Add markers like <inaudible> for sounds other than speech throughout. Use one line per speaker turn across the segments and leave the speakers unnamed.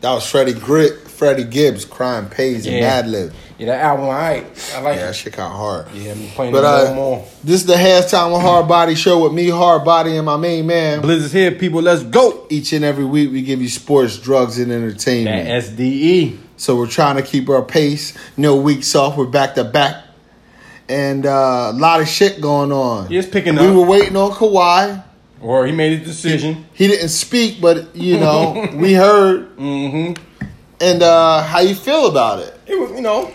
That was Freddie Grit, Freddie Gibbs, Crime Pays, and
Yeah.
Madlib.
Yeah, that album, alright. I like
Yeah, that
it.
shit got hard.
Yeah, I'm playing
But
it
uh,
no more.
this is the halftime of Hard Body Show with me, Hard Body, and my main man.
Blizzard's here, people. Let's go.
Each and every week, we give you sports, drugs, and entertainment.
That SDE.
So we're trying to keep our pace. No weeks off. We're back to back, and uh, a lot of shit going on.
Yeah, it's picking
We
up.
were waiting on Kawhi.
Or he made a decision.
He didn't speak, but you
<laughs>
know we heard. Mm-hmm. And uh, how you feel about it?
It was, you know,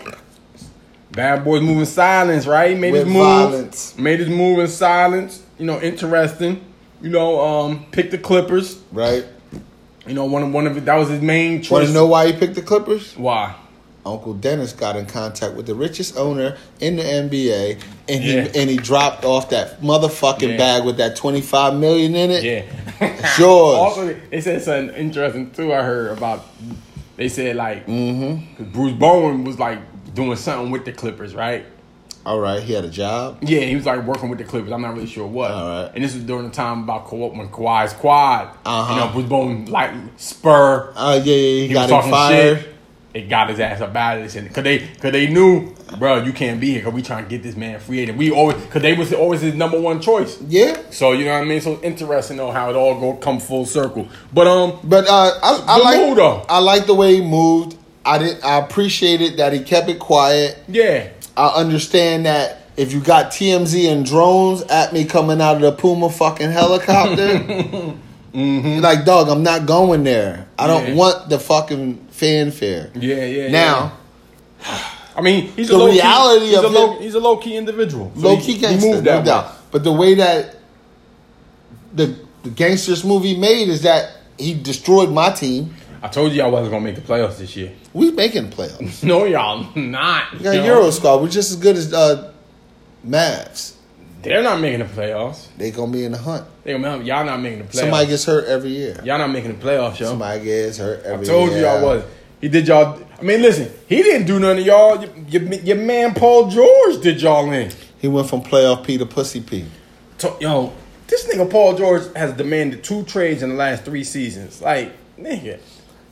bad boys moving silence, right? He made
With
his move.
violence.
Made his move in silence. You know, interesting. You know, um, pick the Clippers.
Right.
You know, one of one of that was his main choice.
Want to know why he picked the Clippers?
why?
Uncle Dennis got in contact with the richest owner in the NBA, and he
Yeah.
and he dropped off that motherfucking
Yeah.
bag with that twenty five million in it.
<laughs> Yeah.
It's yours.
Also, they said something interesting too. I heard about. They said like Bruce Bowen was like doing something with the Clippers, right?
All right, he had a job.
Yeah, he was like working with the Clippers. I'm not really sure what.
All right.
And this was during the time about Ka- when Kawhi's quad.
Uh-huh.
You know, Bruce Bowen like spur.
Uh, yeah, yeah, he,
He
got
was
him
talking
fired.
shit. They got his ass up out of this, and cause they, cause they knew, bro, you can't be here, cause we trying to get this man free agent. We always, cause they was always his number one choice.
Yeah,
So you know what I mean. So interesting though how it all go come full circle. But um,
But uh, I, I
The
like
move, though.
I like the way he moved. I did. I appreciated that he kept it quiet.
Yeah.
I understand that if you got TMZ and drones at me coming out of the Puma fucking helicopter,
<laughs>
like dog, I'm not going there. I don't
Mm-hmm. Yeah.
want the fucking fanfare.
Yeah, yeah.
Now,
I mean, he's
the
a low
reality
key, he's
of
a low,
it-
he's a low key individual. So
low
he-
key
he
gangster,
moved
no
way.
doubt. But the way that the the gangsters movie made is that he destroyed my team.
I told you I wasn't gonna make the playoffs this year.
We making playoffs.
No, y'all not.
We got
yo.
Euro squad. We're just as good as uh, Mavs.
They're not making the playoffs.
They gonna be in the hunt.
They gonna y'all not making the playoffs.
Somebody gets hurt every year.
y'all not making the playoffs, yo.
Somebody gets hurt every
I
year.
told you I was. He did y'all. I mean, listen, he didn't do none of y'all. Your, your, your man Paul George did y'all in.
He went from playoff P to pussy P.
To- yo, this nigga Paul George has demanded two trades in the last three seasons. Like, nigga.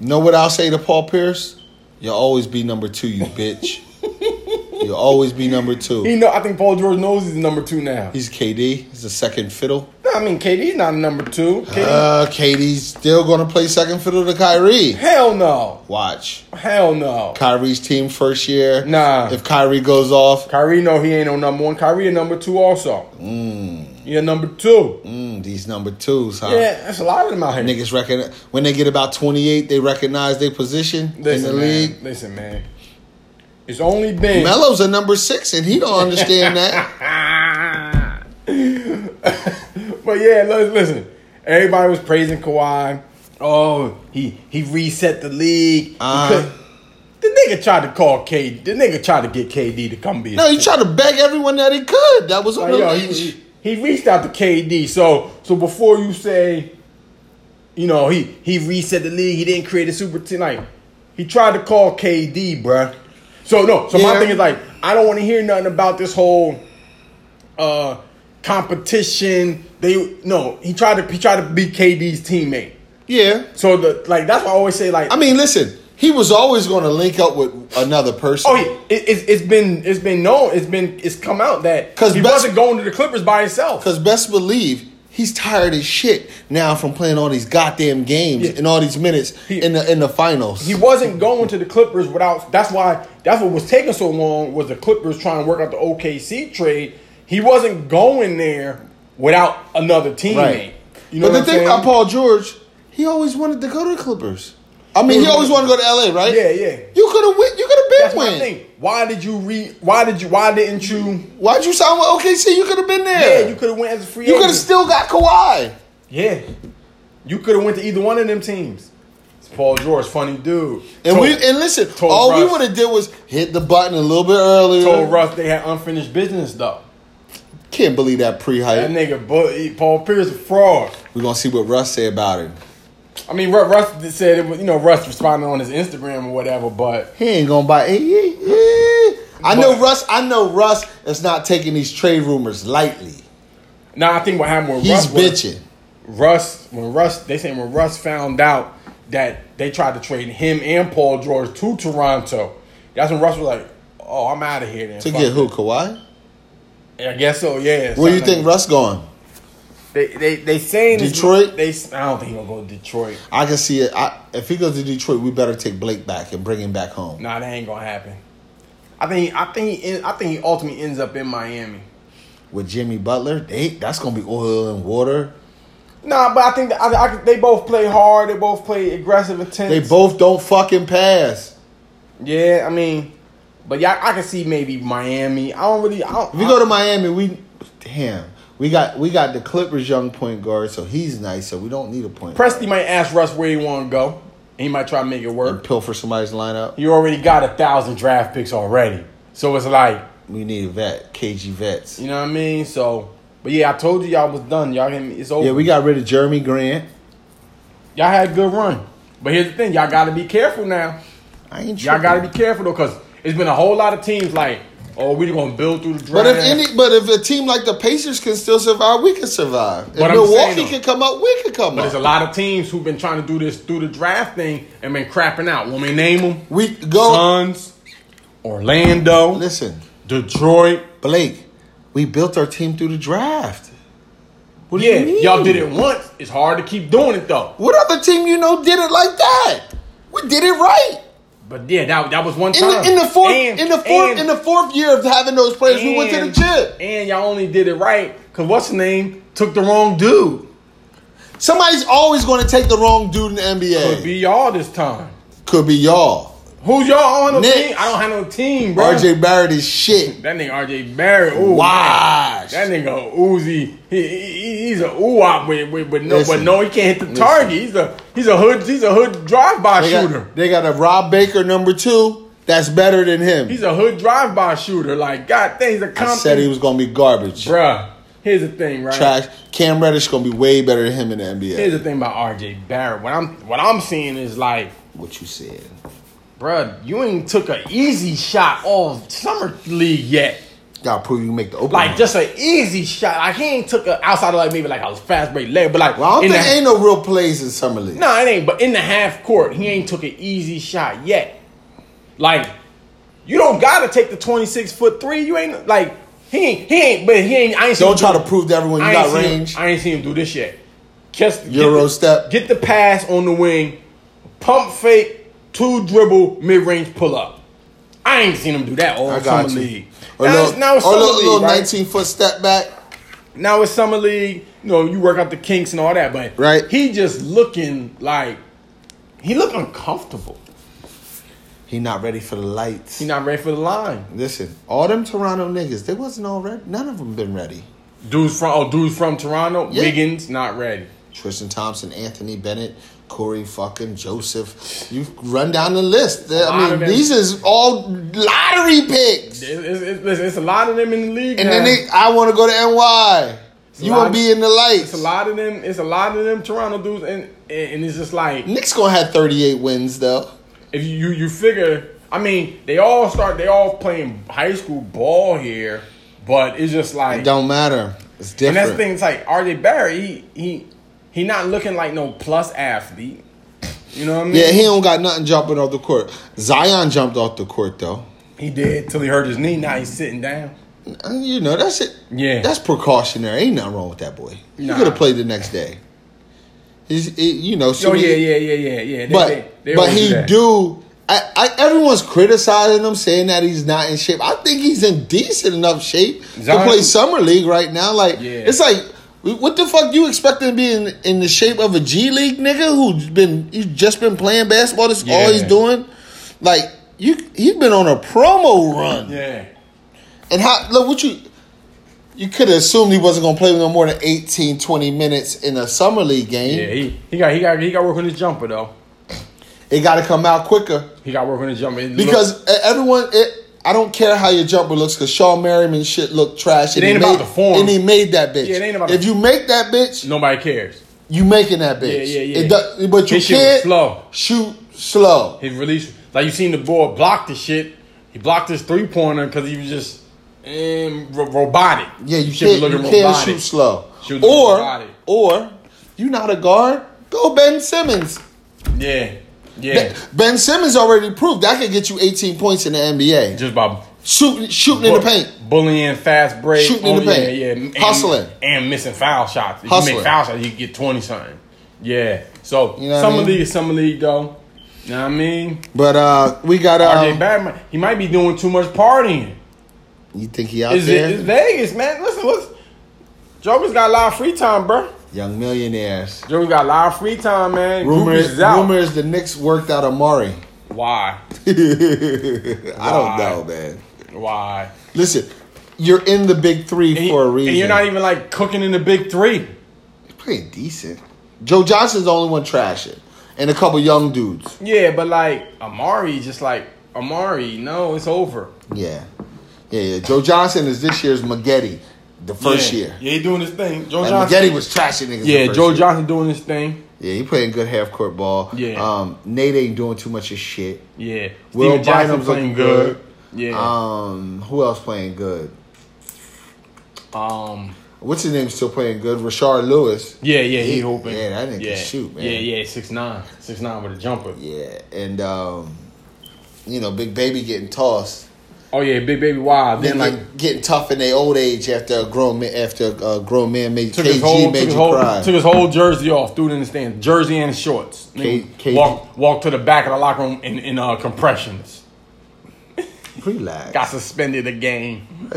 Know what I'll say to Paul Pierce? You'll always be number two, you
<laughs>
bitch. You'll always be number
He
two.
know. I think Paul George knows he's number two now.
He's KD. He's the second fiddle.
No, I mean KD's not a number two. KD,
Uh, KD's still gonna play second fiddle to Kyrie.
hell no,
Watch
hell no.
Kyrie's team first year.
Nah.
If Kyrie goes off,
Kyrie, no, he ain't no number one. Kyrie, a number two also. Yeah, number two.
mm, these number twos, huh?
Yeah, that's a lot of them out here.
Niggas recognize when they get about twenty eight, they recognize their position in the
listen, man.
league.
Listen, man. It's only been.
Melo's a number six, and he don't understand
<laughs>
that.
but yeah, li- listen. Everybody was praising Kawhi. Oh, he he reset the league.
Uh-huh.
Because- The nigga tried to call KD. The nigga tried to get KD to come be. his
No, he tried to beg everyone that he could. That was on
Like,
the
yo,
leash.
Oh, he, he reached out to KD. So so before you say, you know, he he reset the league. He didn't create a super team. Like he tried to call KD, bruh. So no. So
Yeah.
my thing is like I don't want to hear nothing about this whole uh competition. They no. He tried to he tried to be KD's teammate.
yeah,
So the like that's why I always say like
I mean, listen, he was always going to link up with another person.
Oh, yeah, it, it, it's been it's been known it's been it's come out that
'Cause
he
best-
wasn't going to the Clippers by himself.
Because best believe he's tired as shit now from playing all these goddamn games
Yeah.
and all these minutes
He-
in the in the finals.
he wasn't going to the Clippers without. That's why. That's what was taking so long was the Clippers trying to work out the OKC trade. He wasn't going there without another teammate.
right.
You know
but
what
the
I'm
thing
saying?
about Paul George, he always wanted to go to the Clippers. I mean, he always wanted to go to LA, right?
Yeah, yeah.
You could have win. You could have been
that's
win.
my thing. Why did you re? Why did you? Why didn't you?
Why'd you sign with OKC? You could have been there.
Yeah, you could have went as a free.
You could
agent.
have still got Kawhi.
Yeah, you could have went to either one of them teams. It's Paul George, funny dude.
And
Told-
we and listen,
told
all we
Russ-
would have did was hit the button a little bit earlier.
told Russ they had unfinished business though.
Can't believe that
That
pre-hype.
nigga, but Paul Pierce, a fraud.
We're gonna see what Russ say about it.
I mean, Ru- Russ did- said it was, you know Russ responded on his Instagram or whatever, but
He ain't gonna buy. eh, eh, eh. I know
But-
Russ. I know Russ is not taking these trade rumors lightly.
now I think what happened with
He's
Russ was-
bitching.
Russ when Russ they saying when Russ found out that they tried to trade him and Paul George to Toronto. That's when Russ was like, "Oh, I'm out of here." Then
To
Fuck
get
it.
who? Kawhi?
I guess so. Yeah.
Where you
something.
think Russ going?
They they they saying it's-
Detroit?
They I don't think he'll go to Detroit.
I can see it. I, if he goes to Detroit, we better take Blake back and bring him back home.
Nah, that ain't gonna happen. I think I think he en- I think he ultimately ends up in Miami.
With Jimmy Butler, they, that's going to be oil and water.
Nah, but I think that I, I, they both play hard. They both play aggressive, intense.
They both don't fucking pass.
Yeah, I mean, but yeah, I, I can see maybe Miami. I don't really. I don't,
If you go to Miami, we damn. We got we got the Clippers young point guard, so he's nice, so we don't need a point. guard.
Presti might ask Russ where he want to go. He might try to make it
And
work.
pilfer somebody's lineup.
You already got a thousand draft picks already, so it's like
We need a vet, KG vets.
you know what I mean. So, but yeah, I told you y'all was done. Y'all, can- it's over.
Yeah, we got rid of Jeremy Grant.
y'all had a good run. But here's the thing, y'all got to be careful now.
I ain't.
Y'all
tripping.
got to be careful though, because it's been a whole lot of teams like, oh, we're gonna build through the draft.
But if any, but if a team like the Pacers can still survive, we can survive. If
But I'm
Milwaukee
saying, though-
can come up, we can come
but
up.
there's a lot of teams who've been trying to do this through the draft thing and been crapping out. Want me to name them?
we go.
Suns, Orlando,
Listen,
Detroit.
Blake, we built our team through the draft. What do
yeah,
you mean?
y'all did it once. It's hard to keep doing it though.
What other team you know did it like that? We did it right.
But yeah, that, that was one
In the,
time.
in the fourth,
And-
in the fourth,
and-
in the fourth year of having those players, we went to the
and-
chip.
And y'all only did it right because what's his name took the wrong dude.
Somebody's always going to take the wrong dude in the NBA.
Could be y'all this time.
Could be y'all.
Who's y'all on the
Knicks.
team? I don't have no team, bro.
RJ Barrett is shit.
That nigga RJ Barrett. Ooh,
Why?
That nigga Uzi, he, he, he's a oo with, with, with no, but
Listen.
no, he can't hit the target. He's a he's a hood he's a hood drive by
They
shooter.
got, they got a Rob Baker number two that's better than him.
He's a hood drive by shooter. Like God, dang, he's a
I
Compton.
said he was going to be garbage.
Bruh, here's the thing, right?
Trash. Cam Reddish going to be way better than him in the NBA.
Here's the thing about RJ Barrett. What I'm what I'm seeing is like,
what you said.
bruh, you ain't took an easy shot all summer league yet.
Got to prove you can make the open.
Like
one.
just an easy shot. Like he ain't took a outside of like maybe like a fast break leg, but like
well, I don't
in
think
the-
ain't no real plays in summer league.
No, it ain't. But in the half court, he ain't took an easy shot yet. Like, you don't gotta take the twenty six foot three. You ain't like he ain't he ain't. But he ain't. I ain't. seen him
Don't try
do-
to prove to everyone you
I ain't
got
seen him-
range.
I ain't seen him do this yet. Just
Euro
the,
step.
Get the pass on the wing, pump fake, two dribble mid range pull up. I ain't seen him do that all
I
summer
got you. Oh,
league.
Or
now,
little,
it's, now it's
or
summer
little,
league,
little
right?
19 foot step back.
Now it's summer league. You know, you work out the kinks and all that, but
Right.
he just looking like he look uncomfortable.
He not ready for the lights.
He not ready for the line.
Listen, all them Toronto niggas, they wasn't all ready. None of them been ready.
Dudes from oh, dudes from Toronto.
Yeah.
Wiggins not ready.
Tristan Thompson, Anthony Bennett, Corey fucking Joseph. You run down the list. The-
Lot
I
of
mean,
them.
these is all lottery picks.
It's, it's, it's- listen, it's a lot of them in the league.
And
now.
then they, I want to go to NY. You
lot
want
of-
to be in the
it's a
lights.
lot of them. It's a lot of them Toronto dudes, and and it's just like
Nick's gonna have 38 wins though.
if you you, you figure. I mean, they all start. They all playing high school ball here, but it's just like
It don't matter. It's
And
different.
that's the thing. It's like RJ Barrett. He he he not looking like no plus athlete. You know what I mean?
Yeah, he don't got nothing jumping off the court. Zion jumped off the court though.
He did till he hurt his knee. Now he's sitting down.
Uh, You know that's it.
Yeah.
that's precautionary. Ain't nothing wrong with that boy. He
Nah.
could have played the next day. He's, he- you know. So
oh
he-
yeah, yeah, yeah, yeah, yeah. They-
But
they- they
but
always
he
that.
do. I, I, everyone's criticizing him, saying that he's not in shape. I think he's in decent enough shape to
Zion-
play summer league right now. Like
Yeah.
it's like, what the fuck you expect him to be in, in the shape of a G League nigga who's been he's just been playing basketball. That's all he's
Yeah.
doing. Like you, he's been on a promo run.
Yeah.
And how look what you you could have assumed he wasn't gonna play no more than 18, 20 minutes in a summer league game.
Yeah, he, he got he got he got work on his jumper though.
It got to come out quicker
He got work on his jumper It look-
because e- everyone. It, I don't care how your jumper looks because Shawn Merriman shit looked trash. And
It ain't
he
about
made,
the form.
And he made that bitch.
Yeah, it ain't about
if
the-
you make that bitch,
nobody cares.
you making that bitch.
Yeah, yeah, yeah.
It do, but you
His shit was
can't
slow.
shoot slow.
His release, like you seen the boy block the shit. He blocked his three pointer because he was just um, ro- robotic.
Yeah, you
Shit was
can't, you can't shoot slow.
Shoot looking
or
robotic.
or you not a guard? Go Ben Simmons.
Yeah. Yeah.
Ben Simmons already proved that could get you 18 points in the NBA.
Just by
Shooting, shooting in the
bu-
paint.
bullying, fast break,
Shooting in the
oh, yeah,
paint.
yeah, and-
Hustling.
and missing foul shots. If you
Hustling.
make foul shots, you get twenty something. Yeah. So
know what
summer
I mean?
league, summer league though. You know what I mean?
But uh, we got
RJ
uh,
Batman, he might be doing too much partying.
you think he out
Is
there?
it? It's Vegas, man. Listen, listen. Joker's got a lot of free time, bro.
Young millionaires.
Joker's got a lot of free time, man. Groupies
Rumors,
is out.
rumors the Knicks worked out Amari. <laughs>
Why?
I don't know, man.
Why?
Listen, you're in the big three
And-
for a reason.
And you're not even like cooking in the big three.
pretty decent. Joe Johnson's the only one trashing, and a couple young dudes.
Yeah, but like Amari, just like Amari, no, it's over.
Yeah, yeah, yeah. Joe Johnson is this year's Maggette, the first
yeah.
year.
Yeah, he doing his thing. Joe
And
Johnson.
Maggette was trashing niggas. the
yeah,
first
Joe
year.
Johnson doing his thing.
Yeah, he playing good half court ball.
Yeah.
Um, Nate ain't doing too much of shit.
Yeah. Steven
Will
Johnson
Bynum's
playing
looking
good.
good.
Yeah.
Um, who else playing good?
Um,
What's his name still playing good? Rashard Lewis.
Yeah, yeah, he,
He-
hoping.
yeah, that nigga
yeah.
shoot, man.
Yeah, yeah, six nine. Six nine with a jumper.
Yeah, and um, you know, Big Baby getting tossed.
Oh yeah, big baby wild.
Then
Then like
like getting tough in their old age after a grown man after a grown man made
took
KG
his whole
made
took his
you
whole,
cry.
took his whole jersey off, threw it in the stand. Jersey and shorts. Nigga
K- KG.
walked walked to the back of the locker room in, in uh, compressions.
Relax.
Got suspended a game.
<laughs>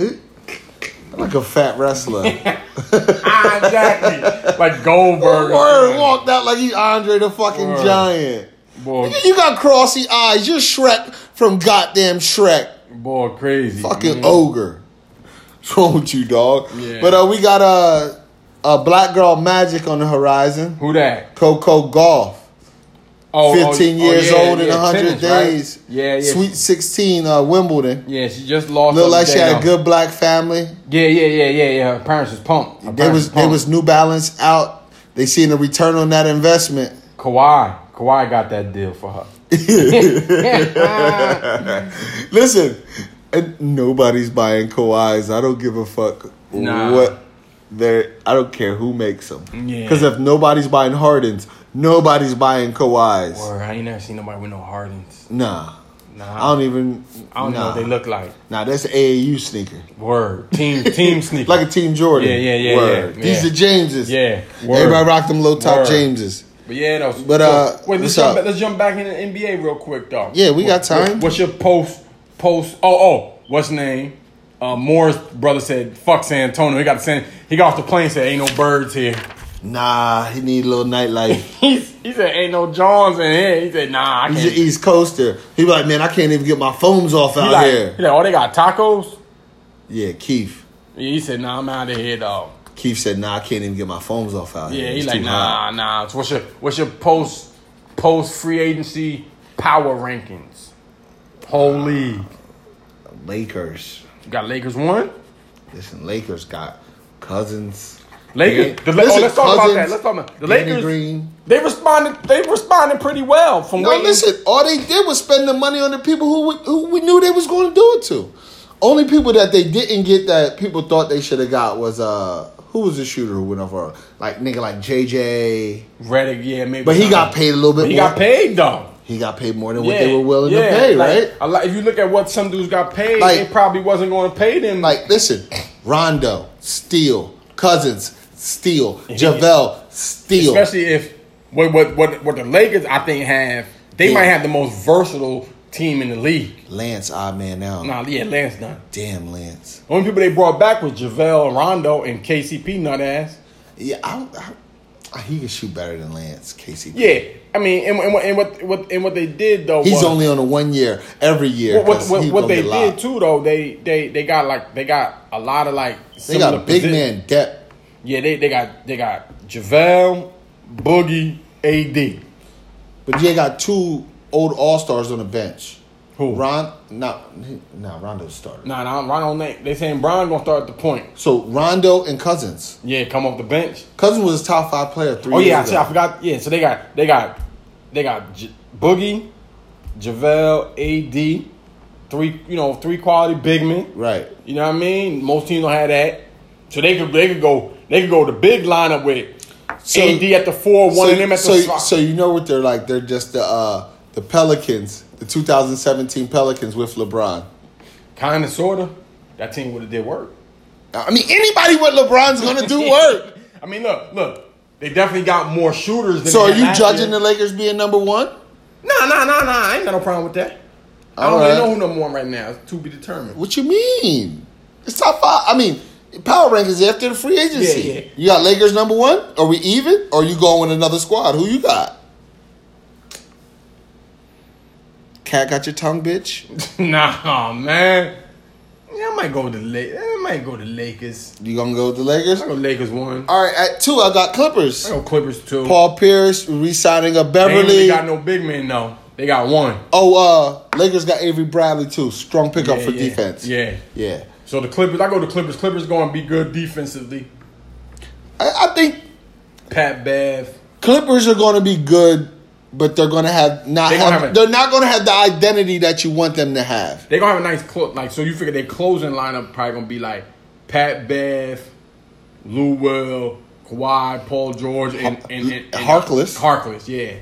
I'm like a fat
<laughs>
wrestler.
ah, exactly. Like Goldberg.
Word walked out like he Andre the fucking
Word.
giant.
Boy,
Nigga, You got crossy eyes. You're Shrek from goddamn Shrek.
boy, crazy.
Fucking
man.
ogre. What's wrong with you, dog?
Mm-hmm. Yeah.
But uh, we got a uh, a black girl magic on the horizon.
Who that?
Coco Golf.
Oh, oh,
15
oh,
years
yeah,
old in
yeah,
in 100
tennis, right?
days.
Yeah, yeah.
Sweet 16, uh, Wimbledon.
Yeah, she just
Looked
lost. the other
like she
day,
had a
though.
good black family.
Yeah, yeah, yeah, yeah, yeah. Her parents was pumped. Her
They
parents
was, they
pumped.
was New Balance out. They seen a return on that investment.
Kawhi. Kawhi got that deal for her.
Listen, and nobody's buying Kawhis. I don't give a fuck
Nah.
what they're. I don't care who makes them.
Yeah.
Because if nobody's buying Hardens, nobody's buying Kawhis.
Word, I ain't never seen nobody with no Hardens.
Nah. I
Nah, I
don't even.
I don't know
nah.
what they look like.
Nah, that's an AAU sneaker. <laughs>
Word, team, team sneaker.
Like a Team Jordan.
Yeah, yeah, yeah,
Word.
yeah,
These
yeah.
are Jameses.
Yeah, word.
Everybody rock them low top
Word.
Jameses.
But yeah, no.
But, uh,
wait,
what's
let's jump,
up?
back, let's jump back into the NBA real quick though.
Yeah, we got time.
What's your post? Post? Oh, oh, what's his name? Uh, Moore's brother said, "Fuck San Antonio." He got to send. He got off the plane. and Said, "Ain't no birds here." <laughs>
Nah, he need a little nightlife.
He he said, "Ain't no Johns in here." He said, "Nah, I can't."
He's an East Coaster. He be like, man, I can't even get my phones off
He
out
like,
here.
he like, "Oh, they got tacos."
Yeah, Keith.
Yeah, he said, "Nah, I'm out of here, dog."
Keith said, "Nah, I can't even get my phones off out here.
Yeah, he
It's
like,
too
"Nah,
hot."
nah." So what's your what's your post post free agency power rankings? Whole league.
Lakers.
You got Lakers one.
Listen, Lakers got cousins.
Lakers.
Dan-
The, La- oh,
Listen,
let's talk about
Cousins,
that. Let's talk about the
Danny
Lakers.
Green.
They responded. They responded pretty well from
No,
waiting.
listen. All they did was spend the money on the people who we, who we knew they was going to do it to. Only people that they didn't get that people thought they should have got was uh who was the shooter who went off our like nigga like JJ,
Reddick, yeah, maybe.
but he
not.
got paid a little bit.
He
more.
got paid though.
He got paid more than what
yeah,
they were willing
yeah,
to pay,
like,
right?
A lot, if you look at what some dudes got paid,
Like-
they probably wasn't going to pay them.
Like, listen, Rondo, Steele, Cousins, Steele, Javale, Steele.
especially if what what what what the Lakers I think have. They
Yeah.
might have the most versatile team in the league.
Lance, odd man out.
Nah, yeah, Lance done.
Damn, Lance.
The only people they brought back was JaVale, Rondo, and KCP nut ass.
Yeah, I, I, he can shoot better than Lance, Casey.
Yeah, I mean, and, and, what- and what what and what they did though
He's
was,
only on a one year every year.
what what,
'cause
what,
he
what
gonna
they
get
did
locked.
too though they they they got like they got a lot of like
They
similar
got big
posi-
man depth.
Yeah, they, they got they got JaVale, Boogie, AD.
But yeah, got two old all stars on the bench.
Who?
Ron not nah, Rondo's starter.
Nah, nah, Ron don't. They saying Brian gonna start at the point.
So Rondo and Cousins.
Yeah, come off the bench.
Cousins was a top five player three
Oh
years
yeah, I,
ago.
said- I forgot. Yeah, so they got they got they got J- Boogie, JaVale, AD, three you know three quality big men.
Right.
You know what I mean? Most teams don't have that, so they could they could go they could go the big lineup with
So-
AD at the four, one
so,
of them at
so,
the five.
so you know what they're like? They're just the uh, the Pelicans, the 2017 Pelicans with LeBron.
kind of, sort of. That team would have did work.
I mean, anybody with LeBron's gonna
<laughs>
do work.
I mean, look, look. They definitely got more shooters. Than
so
they
are
had
you
last
judging the
year.
Lakers being number one?
Nah, nah, nah, nah. I ain't got no problem with that. I don't
All
even
right.
know who number one right now. It's to be determined.
What you mean? It's top five. I mean, power rankings after the free agency.
Yeah, yeah.
You got Lakers number one. Are we even? Or you going with another squad? Who you got? Cat got your tongue, bitch.
<laughs> nah, man. Yeah, I might go with the Lakers. I might go to Lakers.
You gonna go with the Lakers?
I go Lakers one. I
All right, at two, I got Clippers.
go Clippers two.
Paul Pierce re-signing a
they ain't really
Beverly.
got no big men though. They got one.
oh, uh, Lakers got Avery Bradley too. Strong pickup
Yeah,
for
yeah,
defense.
Yeah.
yeah.
So the Clippers, I go to Clippers. Clippers going to be good defensively.
I, I think
Pat Bev.
Clippers are going to be good, but they're going to have not.
They
They
gonna have a-
are not going to have the identity that you want them to have.
They gonna have a nice clip. Like so, you figure their closing lineup probably gonna be like Pat Beth, Lou Will, Kawhi, Paul George, and, and, and, and
Harkless.
Harkless, yeah,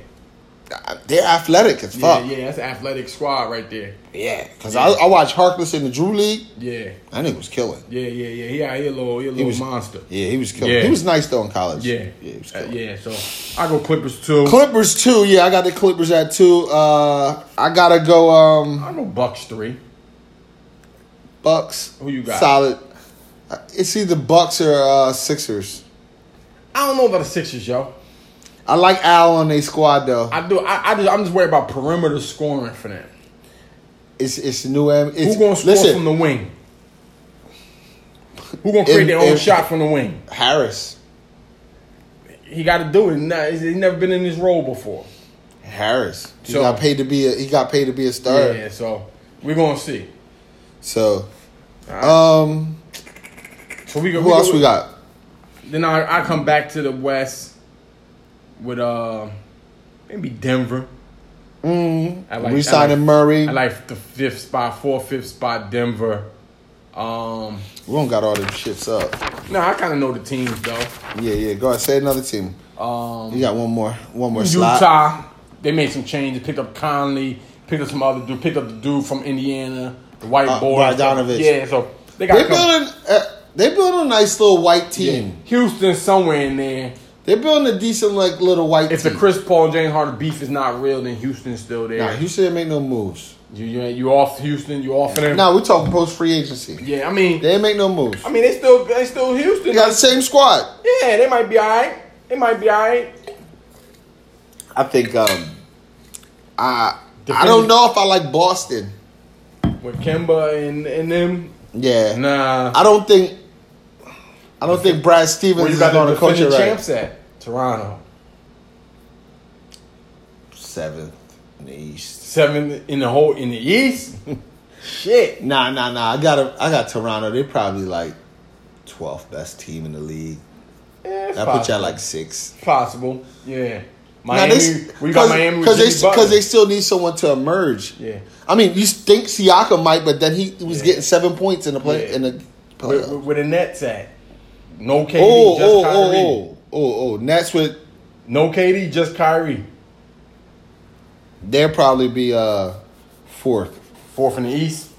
They're athletic as
yeah,
fuck. Yeah,
yeah. That's an athletic squad right there.
Because I, I watched Harkless in the Drew League.
Yeah,
That nigga was killing.
yeah, yeah, yeah. He out here a little, he a little
was-
monster.
Yeah, he was killing.
Yeah.
He was nice though in college.
Yeah,
yeah, he was
Uh,
killing.
yeah. So I go Clippers too.
Clippers too. Yeah, I got the Clippers at two. Uh, I gotta go. Um,
I go Bucks three.
Bucks.
Who you got?
Solid. Uh, It's either Bucks or uh, Sixers.
I don't know about the Sixers, yo.
I like Al on their squad though.
I do. I, I just, I'm just worried about perimeter scoring for them.
It's it's new. am- It's,
Who gonna score
listen,
from the wing? Who gonna create
If-
their own
if-
shot from the wing?
Harris.
He got to do it. Nah, he's, he's never been in this role before.
Harris. He
So-
got paid to be a he got paid to be a star.
Yeah, so we're gonna see.
So um
So we go.
who
go
else we
with-
got?
Then I, I come back to the West with uh maybe Denver. I like-
Resigning
I like-
Mm-hmm. Murray.
I like the fifth spot, fourth, fifth spot, Denver. Um,
we don't got all them shits up.
no, I kind of know the teams though.
Yeah, yeah. Go ahead, say another team.
Um,
You got one more one more slot.
Utah, they made some changes. Picked up Conley. Picked up some other dude. Picked up the dude from Indiana, the white
Uh,
boy.
Bogdanovich.
Yeah, so they got
They
a couple-
building uh, they building a nice little white team.
Houston somewhere in there.
They're building a decent like little white
If the
team.
Chris Paul James Harden beef is not real, then Houston's still there.
Hmm. nah, Houston didn't make no moves.
you, you you off Houston? You off them?
Now nah, we're talking post free agency.
Yeah, I mean,
They ain't make no moves.
I mean they still they still Houston.
They got the same squad.
yeah, they might be all right. They might be all right.
I think um I I
Defend-
don't know if I like Boston.
With Kemba and and them,
Yeah.
nah.
I don't think I don't think Brad Stevens
Where you
is
got
going
the
to coach it
defending
right.
champs at? Toronto,
Seventh in the East.
seven in the whole in the East. <laughs> Shit.
Nah, nah, nah. I got I got Toronto. They're probably like twelfth best team in the league.
Yeah, it's
I put y'all
possible.
like six.
possible. Yeah,
Now
Miami.
they-
we got Miami with
they
Jimmy Butler.
because they still need someone to emerge.
Yeah.
I mean, you think Siakam might, but then he was
Yeah.
getting seven points in the play
Yeah.
in the play.
where, where, where the Nets at? No KD,
Oh,
just
oh,
Kyrie.
oh, oh, oh, oh. Nets with
No KD, just Kyrie.
they'll probably be uh fourth.
Fourth in the East.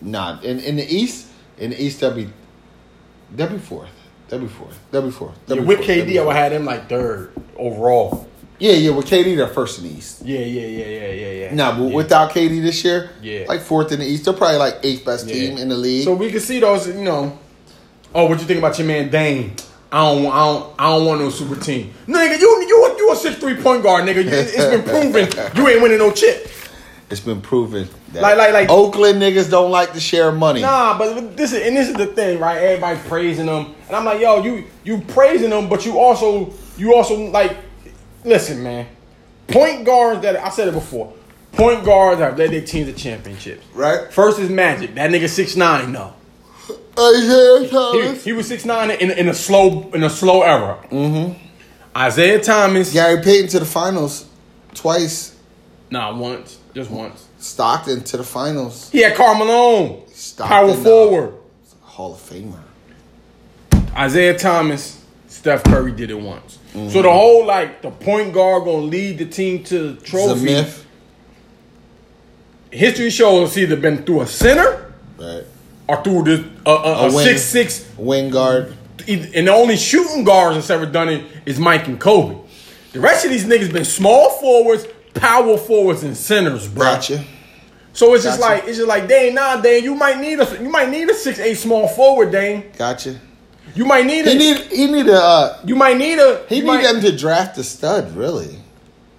Nah, in in the East, in the East, that'd be that'd be fourth, that'd be fourth, that'd be fourth.
Yeah,
That'd be
with
fourth, that'd be
KD, I would
fourth.
have them like third overall.
yeah, yeah, with KD, they're first in the East.
Yeah, yeah, yeah, yeah, yeah, yeah.
Nah, but
yeah.
without KD this year,
Yeah.
like fourth in the East, they're probably like eighth best
Yeah.
team in the league.
So we can see those, you know. Oh, what you think about your man Dane? I don't, I don't, I don't want no super team, nigga. You, you, you a six three point guard, nigga. You- It's been proven you ain't winning no chip.
it's been proven that
Like- like- like-
Oakland niggas don't like to share money.
Nah, but this is and this is the thing, right? Everybody praising them, and I'm like, yo, you you praising them, but you also you also like, listen, man, point guards that I said it before, point guards have led their teams to championships.
Right.
First is Magic, that nigga six nine though.
Isaiah
He,
Thomas,
he was six nine in in a slow in a slow era. Mm-hmm. Isaiah Thomas,
Gary Payton to the finals twice.
nah, once, just once.
Stockton to the finals.
He had Karl Malone,
Stockton,
power
nah.
forward.
Hall of Famer.
Isaiah Thomas, Steph Curry did it once. So the whole like the point guard gonna lead the team to the
It's a
trophy.
myth.
History shows it's either been through a center
Right.
or through the a, a, a
wing.
six six
Wing guard.
and the only shooting guards that's ever done it is Mike and Kobe. The rest of these niggas been small forwards, power forwards, and centers, bro.
Gotcha.
So it's just
Gotcha.
like it's just like Dane, nah, Dane, you might need a you might need a six eight small forward, Dane.
Gotcha.
You might need
He
a
need he need a uh,
you might need a
he
you
need
might-
them to draft a stud. Really,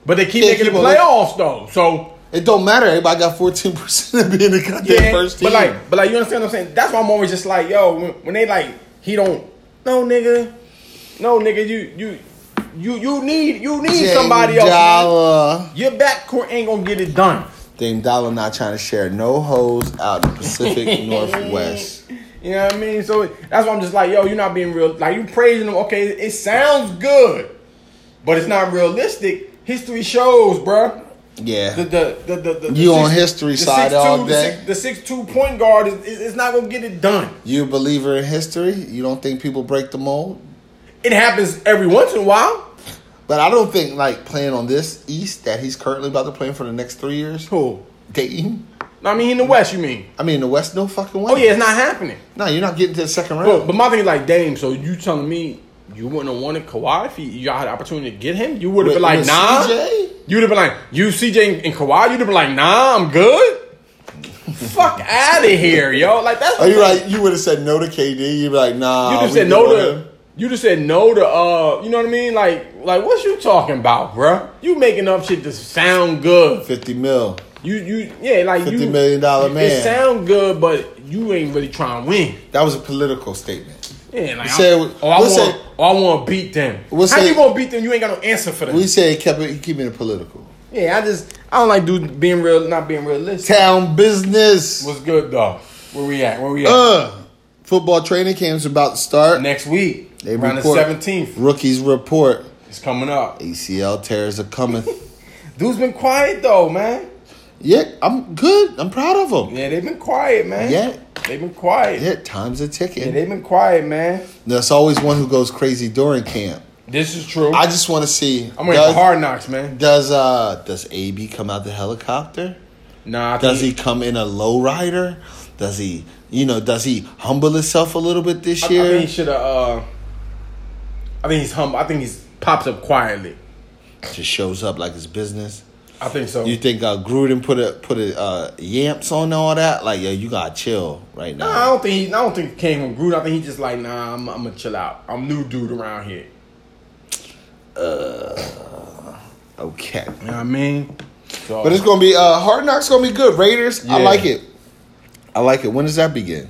but they keep
Yeah,
making the
keep on-
playoffs though. So
it don't matter. Everybody got fourteen percent of being the goddamn
yeah,
first team.
but like but like you understand what I'm saying? That's why I'm always just like yo when, when they like he don't no nigga no nigga you you you you need you need
Dame
somebody else. man.
Dollar.
Your backcourt ain't gonna get it done.
Dame Dollar not trying to share no hoes out in the
<laughs>
Pacific Northwest.
You know what I mean? So that's why I'm just like, yo, you're not being real. Like you praising them. Okay, it sounds good, but it's not realistic. History shows, bruh.
Yeah,
The the the the, the
You on history side all day.
The six, the six two point guard is, is, is not gonna get it done.
you a believer in history? You don't think people break the mold?
It happens every once in a while.
But I don't think like playing on this East that he's currently about to play in for the next three years.
Cool.
Dayton.
I mean, in the West, you mean?
I mean, the West, no fucking way.
Oh yeah, it's not happening.
No, you're not getting to the second
But,
round.
but my thing is like, Dame. So you telling me you wouldn't have wanted Kawhi if you, y'all had the opportunity to get him? You would have been
With-
like,
with
nah.
CJ?
You would have been like, you CJ and, and Kawhi. You'd have been like, nah,
<laughs>
I'm good. Fuck out of here, yo. Like that's.
Are you right? You would have said no to KD. You'd be like, nah.
You just
we
said no
good
to.
on him.
You just said no to. Uh, you know what I mean? Like, like what you talking about, bruh? You making up shit to sound good.
fifty mil.
You, you, yeah, like
Fifty
you,
million dollar
It
man.
sound good, but you ain't really trying to win.
That was a political statement.
Yeah, like,
You said-
I, oh, I
we'll
want,
say-
oh, I want to beat them.
We'll
How
say-
you gonna beat them? You ain't got no answer for that.
We said kept it, keeping it political.
yeah, I just, I don't like dude being real, not being realistic.
Town business.
What's good though? Where we at? Where we at?
Uh, football training camp's about to start.
Next week,
They
around
report-
the seventeenth,
Rookies report
it's coming up.
ACL tears are
<laughs>
coming.
Dude's been quiet though, man.
yeah, I'm good. I'm proud of them.
Yeah, they've been quiet, man.
Yeah.
they've been quiet.
Yeah, time's a ticket.
Yeah, they've been quiet, man.
There's always one who goes crazy during camp.
This is true.
I just want to see.
I'm waiting for hard knocks, man.
Does uh does AB come out the helicopter?
Nah, I
Does
think-
he come in a lowrider? Does he you know does he humble himself a little bit this
I, I
year?
think he should have. Uh, I think he's humble. I think he's pops up quietly.
just shows up like his business.
I think so.
You think uh, Gruden put a put a uh, yamps on all that? Like yo, you gotta chill right now.
Nah, I don't think he. I don't think it came from Gruden. I think he just like, nah, I'm, I'm gonna chill out. I'm new dude around here.
Okay,
You know what I mean? So,
but it's gonna be uh, Hard Knocks gonna be good. Raiders, I
Yeah.
like it. I like it. When does that begin?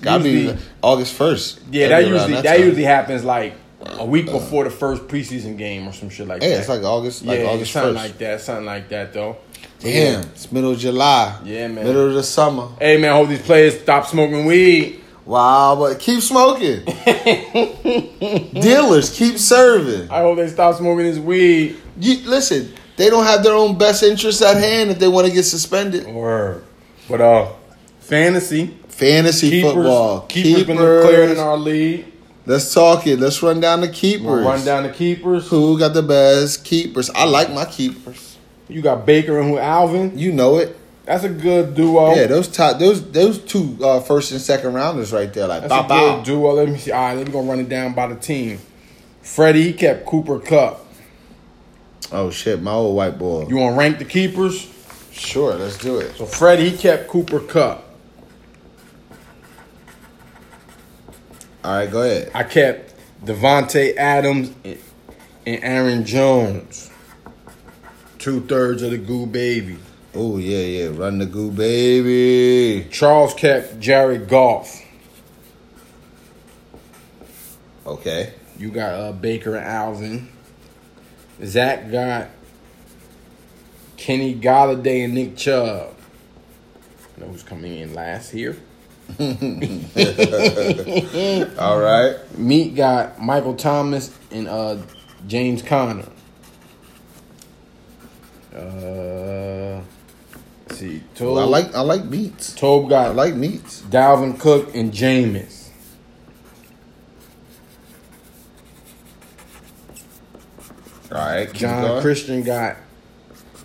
Gotta be
Usually-
August first.
yeah, that usually that, usually happens like a week before the first preseason game or some shit like
Yeah,
that.
it's like August, like
yeah,
August
something
first.
like that, something like that though.
Damn, it's middle of July.
Yeah, man.
Middle of the summer.
Hey man, hope these players stop smoking weed.
Wow, but keep
<laughs>
smoking. Dealers keep serving.
I hope they stop smoking this weed.
You, listen, they don't have their own best interests at hand if they want to get suspended.
Word. But uh, fantasy
Fantasy
keepers.
football.
Keepers, been declared in our league.
Let's talk it. Let's run down the keepers.
We'll run down the keepers.
Who got the best keepers? I like my keepers.
You got Baker and who Alvin.
You know it.
That's a good duo.
Yeah, those top, those those two uh, first and second rounders right there, like
That's
bop
a good
bop.
duo. Let me see. All right, let me go run it down by the team. Freddie he kept Cooper Cup.
Oh shit, my old white boy.
You want to rank the keepers?
sure? Let's do it.
So Freddie he kept Cooper Cup.
All right, go ahead.
I kept Devonte Adams and and Aaron Jones. Two thirds of the goo baby.
Oh yeah, yeah. Run the goo, baby.
Charles kept Jared Goff.
Okay.
You got uh, Baker and Alvin. Zach got Kenny Galladay and Nick Chubb. I know who's coming in last here.
All right.
Meat got Michael Thomas and uh, James Conner. Uh, let's see, Tobe,
I like I like meats.
Tobe
I
got
like meats.
Dalvin Cook and Jameis.
All right, keep it
John
going.
Christian got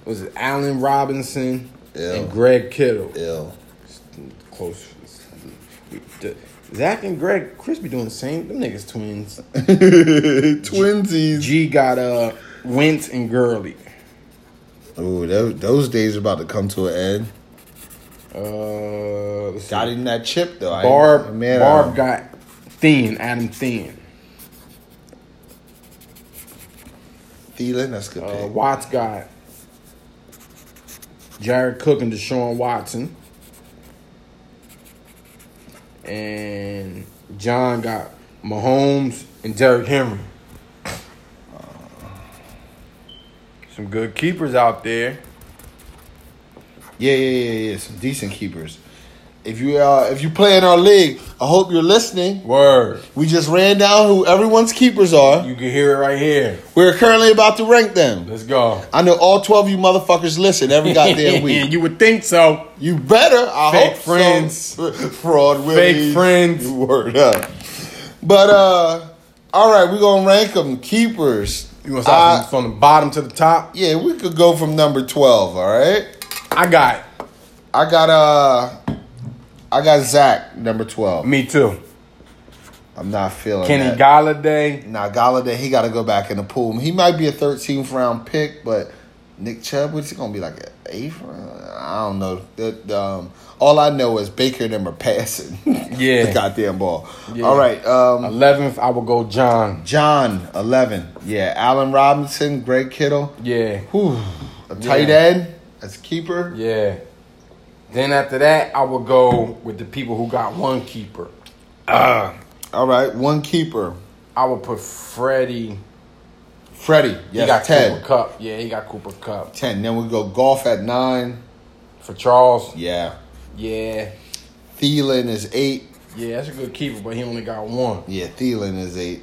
was it Allen Robinson
Yeah.
and Greg Kittle. <laughs>
Ill.
Close. Zach and Greg, Chris be doing the same. Them niggas twins.
Twinsies.
G got uh Wentz and Gurley.
Ooh, those, those days are about to come to an end.
Uh, let's see.
Got in that chip though. I-
Barb.
man,
Barb
I-
got Thien. Adam Thien.
Thielen. That's a good.
Uh,
pick.
Watts got Jared Cook and Deshaun Watson. And John got Mahomes and Derrick Henry. Uh, Some good keepers out there.
Yeah, yeah, yeah, yeah. Some decent keepers. If you uh, if you play in our league, I hope you're listening.
Word.
We just ran down who everyone's keepers are.
You can hear it right here.
We're currently about to rank them.
Let's go.
I know all twelve of you motherfuckers listen
<laughs>
every goddamn week.
you would think so.
You better. I
Fake
hope so.
friends.
<laughs> Fraud willies.
friends.
Word up. But uh, all right, we're gonna rank them keepers.
You want to start
I-
from, from the bottom to the top?
yeah, we could go from number twelve. All right.
I got
I got uh, I got Zach number twelve.
it. Me too.
I'm not feeling
Kenny
that.
Galladay.
Now Galladay, he got to go back in the pool. He might be a 13th round pick, but Nick Chubb, which is gonna be like an eighth. round? I don't know. The- the, um, all I know is Baker and them are passing. <laughs>
Yeah.
the goddamn ball.
Yeah.
All right, um,
11th, I will go John.
John 11. Yeah, Allen Robinson, Greg Kittle,
Yeah.
Whew. a tight
Yeah.
end as keeper.
Yeah. Then after that, I would go with the people who got one keeper.
All right, one keeper,
I would put Freddie.
Freddie.
he
Yes,
got
ten.
Cooper Cup. Yeah, he got Cooper Cup.
Ten. Then we go golf at nine.
For Charles,
Yeah,
yeah.
Thielen is eight.
Yeah, that's a good keeper, but he only got one.
Yeah, Thielen is eight.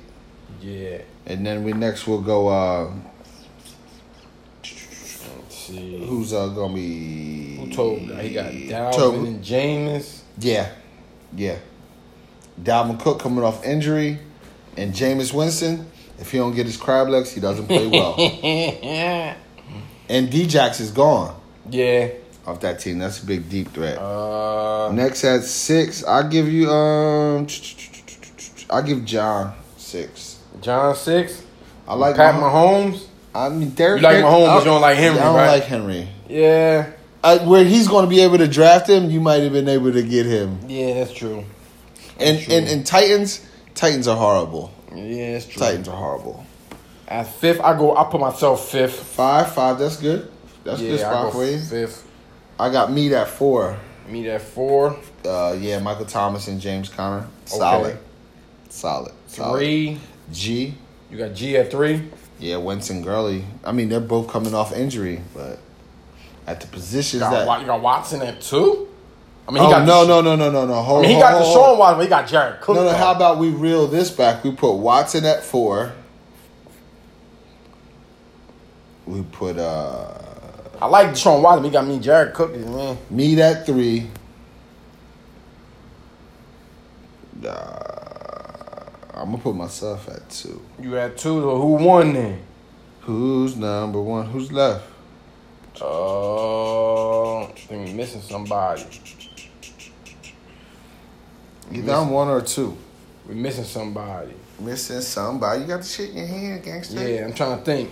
Yeah.
And then we next will go. Uh,
Let's see.
who's uh, gonna be?
Who told me? He got Dalvin
Told-
and <laughs> James.
Yeah, yeah. Dalvin Cook coming off injury, and Jameis Winston. If he don't get his crab legs, he doesn't play
<laughs>
well.
yeah.
and Djax is gone off that team. That's a big deep threat.
Uh,
next at six, I give you um, I give John six.
John six.
I like
Pat
Mah-
Mahomes.
I mean, Derrick
You like
Henry-
Mahomes, but
I-
you don't like Henry,
I don't
right?
like Henry.
Yeah.
I, where he's going to be able to draft him, you might have been able to get him.
Yeah, that's true.
And,
True.
and and Titans, Titans are horrible.
Yeah, that's true.
Titans are horrible.
At fifth, I go. I put myself fifth.
Five, five. That's good. That's
yeah,
good
I go
spot for you.
fifth.
I got Meat at four.
Meet at four.
Uh, yeah, Michael Thomas and James Conner. Solid, solid, solid.
Three.
G.
You got G at three.
Yeah, Wentz and Gurley. I mean, they're both coming off injury, but at the positions
You got,
that.
Wa- you got Watson at two. I mean,
oh no
the,
no no no no no! Hold,
I mean, he
hold,
got
hold,
Deshaun Watson, but he got Jared Cook.
No, no.
though.
How about we reel this back? We put Watson at four. We put uh
I like Deshaun Watson. But he got me and Jared Cook. Man,
Meat at three. Uh, I'm gonna put myself at two.
you at two. So who won then?
Who's number one? Who's left?
Uh, I think we missing somebody.
Either I'm one or two.
We missing somebody.
Missing somebody. You got the shit in your hand, gangster.
Yeah, I'm trying to think.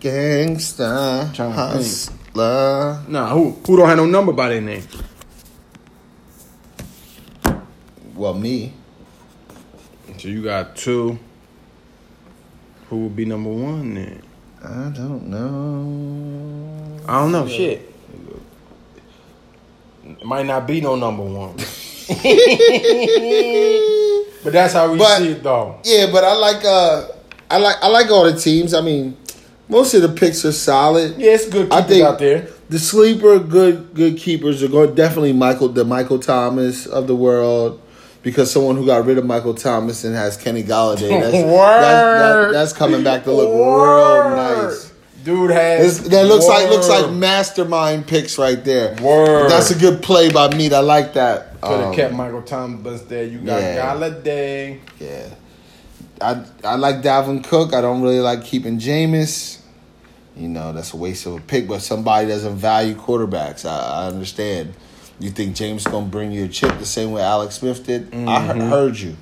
Gangsta.
Trying to think.
Hustler.
Nah, who who don't have no number by their name?
Well, me.
So you got two. Who would be number one then?
I don't know.
I don't know. Shit. It might not be no number
<laughs>
one. but that's how we
But-
see it though.
Yeah, but I like uh I like I like all the teams. I mean, most of the picks are solid.
Yeah, it's good
I
keepers
think-
out there.
The sleeper good good keepers are going definitely Michael the Michael Thomas of the world because someone who got rid of Michael Thomas and has Kenny Galladay
<laughs>
that's that's, that,
Word.
that's coming back to look
Word.
real nice.
Dude has
It's- that looks like looks like
Word.
mastermind picks right there.
Word.
That's a good play by Meat. I like that.
Could have
Um,
kept Michael Thomas there. You got
yeah.
Galladay.
Yeah. I I like Dalvin Cook. I don't really like keeping Jameis. You know, that's a waste of a pick. But somebody doesn't value quarterbacks. I, I understand. You think James gonna bring you a chip the same way Alex Smith did? I
Mm-hmm.
he- heard you,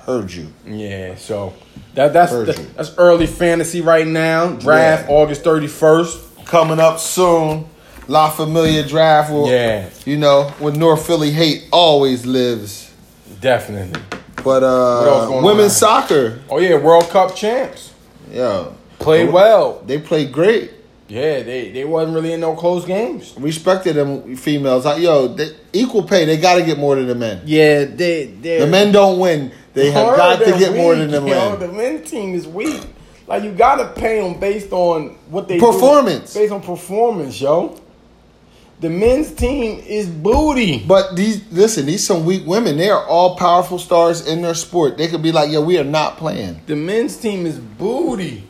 heard you.
Yeah, so that that's
Heard
that-
you.
that's early fantasy right now. Draft
Yeah.
August thirty first.
Coming up soon, La Familia draft. Will,
Yeah.
you know when North Philly hate always lives.
Definitely.
But
else
uh,
going on?
women's soccer,
Oh yeah, World Cup champs.
yo,
Played well.
they play great.
Yeah, they they wasn't really in no close games.
Respected them females. Like yo, they, equal pay. They got to get more than the men.
Yeah, they they
The men don't win. They have got to get more than the
The
men.
men team is weak. Like you gotta pay them based on what they do.
Performance.
based on performance, yo. The men's team is booty.
But these listen, these some weak women. They are all powerful stars in their sport. They could be like, yo, we are not playing.
The men's team is booty.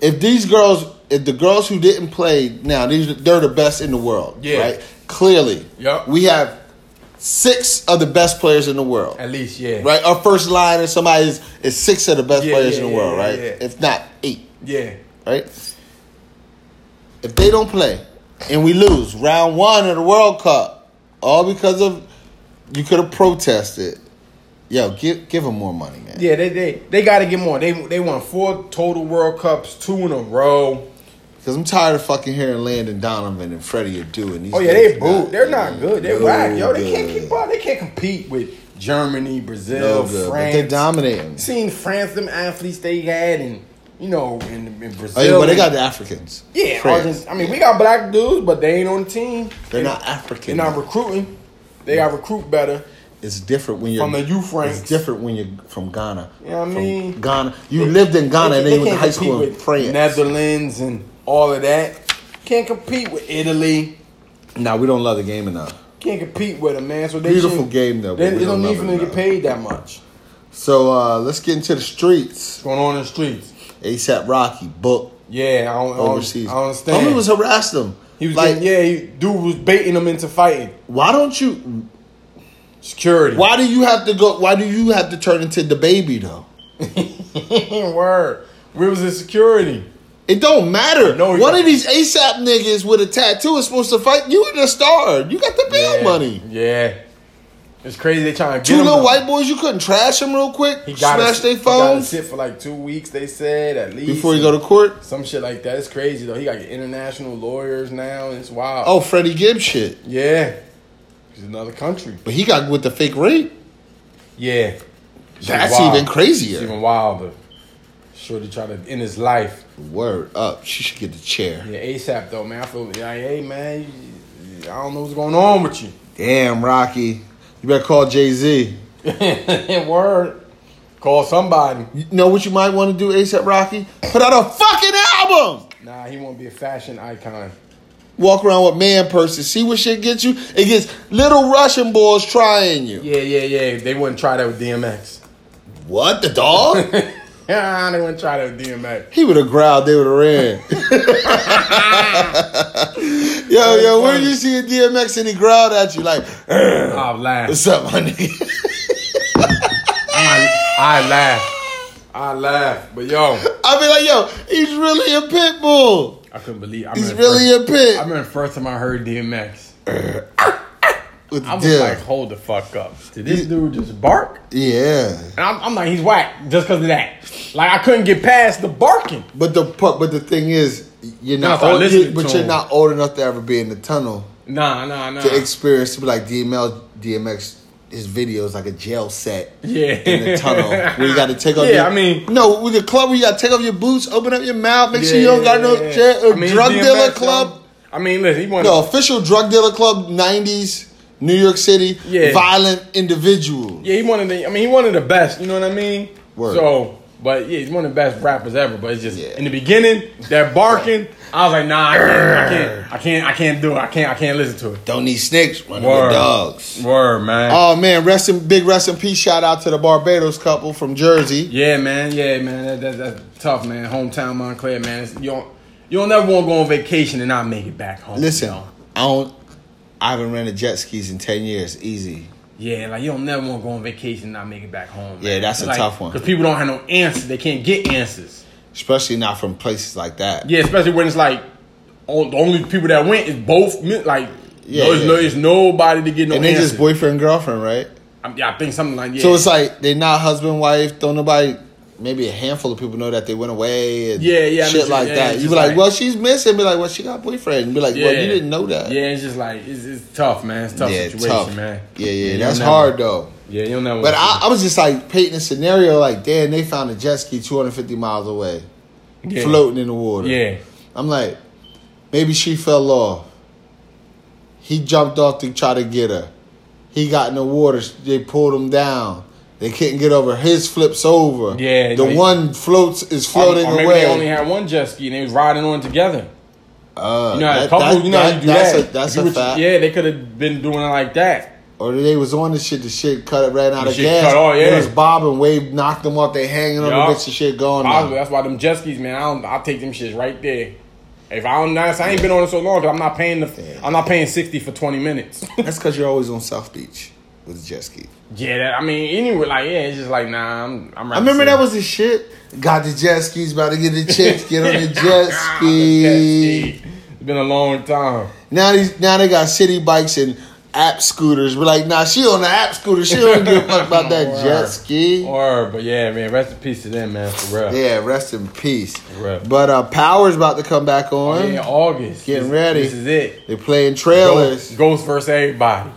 If these girls, if the girls who didn't play now, these they're the best in the world.
Yeah.
Right? Clearly.
Yup.
We have six of the best players in the world.
At least, yeah.
Right? Our first line is somebody is, is six of the best
Yeah,
players
yeah,
in the
yeah,
world,
yeah,
right?
yeah.
If not eight.
Yeah.
right? If they don't play and we lose round one of the World Cup, all because of you could have protested. Yo, give give them more money, man.
Yeah, they they, they got to get more. They they won four total World Cups, two in a row.
Because I'm tired of fucking hearing Landon Donovan and Freddie Adu and these.
Oh yeah, they
niggas
boo. They're not good. They're
no
whack, yo. They can't
good.
keep up. They can't compete with Germany, Brazil,
No good. But
France.
they're dominating.
Seen France, them athletes they had, and you know, in, in Brazil.
Oh, yeah, well, they got the Africans.
yeah,
France.
Argent- I mean, we got black dudes, but they ain't on the team.
They're
They-
not African.
They're not recruiting. They got recruit better.
it's different when you're
From the youth ranks.
It's different when you're from Ghana.
You know what I
From
mean?
Ghana. You lived in Ghana and then you went to
can't
high
compete
school in
with
France.
Netherlands, and all of that. Can't compete with Italy.
nah, we don't love the game enough.
Can't compete with them, man. So they
Beautiful
shouldn't-
game, though, but
They,
we
they don't
don't love
need for
it
them to
now.
get paid that much.
So uh, let's get into the streets.
What's going on in the streets?
ASAP Rocky book
Yeah, I don't, I don't-
overseas.
I don't understand.
Homie was harassing him.
he was
like,
like, yeah, he, dude was baiting them into fighting.
why don't you?
Security.
Why do you have to go? Why do you have to turn into the baby though?
<laughs> Word. Where was the security?
It don't matter.
know you
One
don't.
of these ASAP niggas with a tattoo is supposed to fight you and a star. You got the bail
Yeah.
money.
Yeah. It's crazy they trying to
Two
get him
little
to-
white boys, you couldn't trash them real quick.
He got
Smash their
he gotta
phones
sit for like two weeks, they said, at least.
before you go to court.
Some shit like that. It's crazy, though. He got international lawyers now. It's wild.
Oh, Freddie Gibbs shit,
Yeah. He's another country.
but he got with the fake rape.
Yeah. Shit
That's
wild.
even crazier.
It's even wilder. Shorty tried to end his life.
Word up, she should get the chair.
Yeah, ASAP though, man. I feel like, hey, man, you- I don't know what's going on with you.
Damn, Rocky, you better call Jay Z.
<laughs> Word. Call somebody.
You know what you might want to do, ASAP Rocky? Put out a fucking album.
Nah, he won't be a fashion icon.
Walk around with man purses. See what shit gets you? It gets little Russian boys trying you.
Yeah, yeah, yeah. They wouldn't try that with <laughs> DMX.
What the dog?
Yeah, they wouldn't try that with DMX.
he would have growled. They would have ran. <laughs> yo, yo, when you see a DMX and he growled at you like, "Urgh,
I laugh.
"What's up, my nigga?"
I, I laugh. I laugh. But yo,
I'd be like, "Yo, he's really a pit bull.
I couldn't believe. I
He's
remember
really
First,
a pit."
I remember the first time I heard DMX.
With
I was
the
like,
dick.
hold the fuck up. Did this dude just bark?
yeah.
And I'm, I'm like, he's whack just because of that. Like I couldn't get past the barking.
But the pu- but the thing is, you're
Nah,
not
so I
old,
listened
you- but
to
you're
him.
not old enough to ever be in the tunnel
Nah, nah, nah.
to experience to be like DML DMX. His videos like a jail set,
Yeah.
in the
<laughs>
tunnel where you got to take off.
Yeah,
your,
I mean-
no, with the club where you got to take off your boots, open up your mouth, make
Yeah,
sure you don't got
yeah,
no
yeah.
jail, or
I mean,
drug
DMX,
dealer
yo.
club.
I mean, listen, he wanted.
The official drug dealer club, nineties New York City,
Yeah.
violent individual.
Yeah, he wanted. The, I mean, he wanted the best. You know what I mean?
Word.
So, but yeah, he's one of the best rappers ever. But it's just
Yeah.
in the beginning, that barking. I was like, nah, I can't, I can't, I can't, I can't do it. I can't, I can't listen to it.
Don't need snakes, run
Word.
with dogs.
Word, man.
Oh man, rest in big rest in peace. Shout out to the Barbados couple from Jersey.
yeah, man. Yeah, man. That, that, that's tough, man. Hometown Montclair, man. It's, you don't, you don't never want to go on vacation and not make it back home.
Listen,
you know?
I don't. I haven't rented jet skis in ten years. Easy.
Yeah, like you don't never want to go on vacation and not make it back home.
Yeah, that's a tough one.
Because people don't have no answers. They can't get answers.
especially not from places like that.
Yeah, especially when it's like all, the only people that went is both men- like
Yeah,
no, there's,
yeah.
No, there's nobody to get no
and they
answers.
just boyfriend girlfriend, right?
I, yeah, I think something like yeah.
So it's like they're not husband wife. Don't nobody, maybe a handful of people know that they went away. And
Yeah, yeah, I know
shit
what
like
you- yeah,
that.
it's
You
just
be like,
like-
well, she's missing. Be like, well, she got boyfriend. And be like, well, you didn't know that.
Yeah, it's just like it's, it's tough, man. It's a tough
Yeah,
situation,
tough.
man.
Yeah, yeah,
You
that's
don't never-
hard though.
Yeah, you don't never.
But I, I was just like painting a scenario like, damn, they found a jet ski 250 miles away,
yeah.
floating in the water.
Yeah,
I'm like, maybe she fell off. He jumped off to try to get her. He got in the water. They pulled him down. They couldn't get over. His flips over.
Yeah,
the
they-
one floats is floating
or, or maybe
away.
they only had one jet ski and they was riding on together.
Uh,
You know, how
that-
couples,
that-
you know, how you
that-
do
that's
that.
a that's
You
a
would-
fact.
Yeah, they could have been doing it like that.
Or they was on the shit. The shit cut ran out
The
of
shit
gas.
cut off,
It
yeah.
was bobbing. Wave knocked them off. They hanging on
Yeah.
the bitch. The shit going.
Possibly.
Now.
That's why them jet skis, man. I don't, I'll take them shits right there. If I don't, that's- I ain't been on it so long. i I'm not paying the, I'm not paying sixty for twenty minutes. <laughs>
That's because you're always on South Beach with a jet ski.
yeah, that, I mean, anyway, like, yeah, it's just like, nah, I'm. I'm
I remember that was the shit. Got the jet skis, about to get the chicks, get
<laughs>
on the jet ski.
It's been a long time.
Now these now they got city bikes and app scooters. We're like, nah, she on the app scooter. She don't give a fuck
<laughs>
about that jet ski.
Or, but yeah, man, rest in peace to them, man, for real.
Yeah, rest in peace.
Right.
But uh, Power's about to come back on.
Oh, Yeah, August.
Getting
This-
ready.
This is it.
They're playing
Ghost,
trailers
Ghost versus everybody.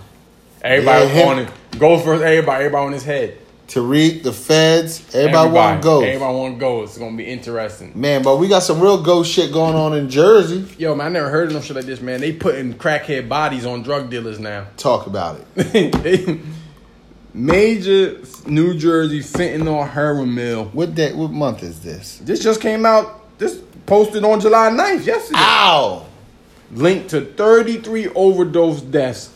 Everybody
Yeah, him-
on it. Ghost versus everybody. Everybody on his head.
to read the feds. Everybody, want ghosts.
Everybody want ghosts. It's gonna be interesting.
Man, but we got some real ghost shit going on in Jersey.
Yo, man, I never heard of no shit like this, man. They putting crackhead bodies on drug dealers now. <laughs>
Talk about it.
They- Major New Jersey fentanyl heroin mill.
What day? What month is
<laughs>
this?
This just came out. This posted on July 9th yesterday.
Ow!
Linked to 33 overdose deaths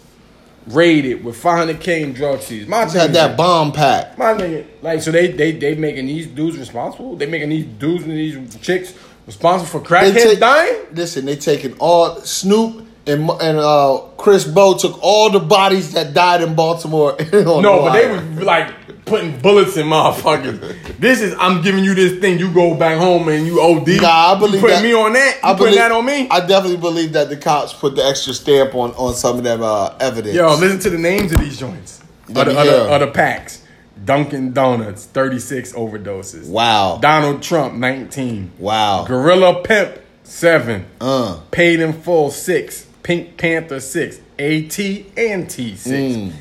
raided with 500k in drug seized. My
Had that bomb pack.
My nigga, like so they they they making these dudes responsible. They making these dudes and these chicks responsible for
They
crackheads
take-
dying.
Listen, they taking all Snoop and and uh, Chris Bow took all the bodies that died in Baltimore. <laughs> no,
No, but they was like putting bullets
<laughs>
in motherfuckers. this is I'm giving you this thing. You go back home and you OD.
Nah, I believe
you putting
that-
me on that. You
I
putting
believe-
that on me.
I definitely believe that the cops put the extra stamp on on some of that uh, evidence.
Yo, listen to the names of these joints.
Let
Other
me
other
hear.
other packs. Dunkin' Donuts, 36 overdoses.
wow,
Donald Trump, 19.
wow,
Gorilla Pimp, 7.
uh,
Paid in Full six, Pink Panther six, AT and T six,
Mm.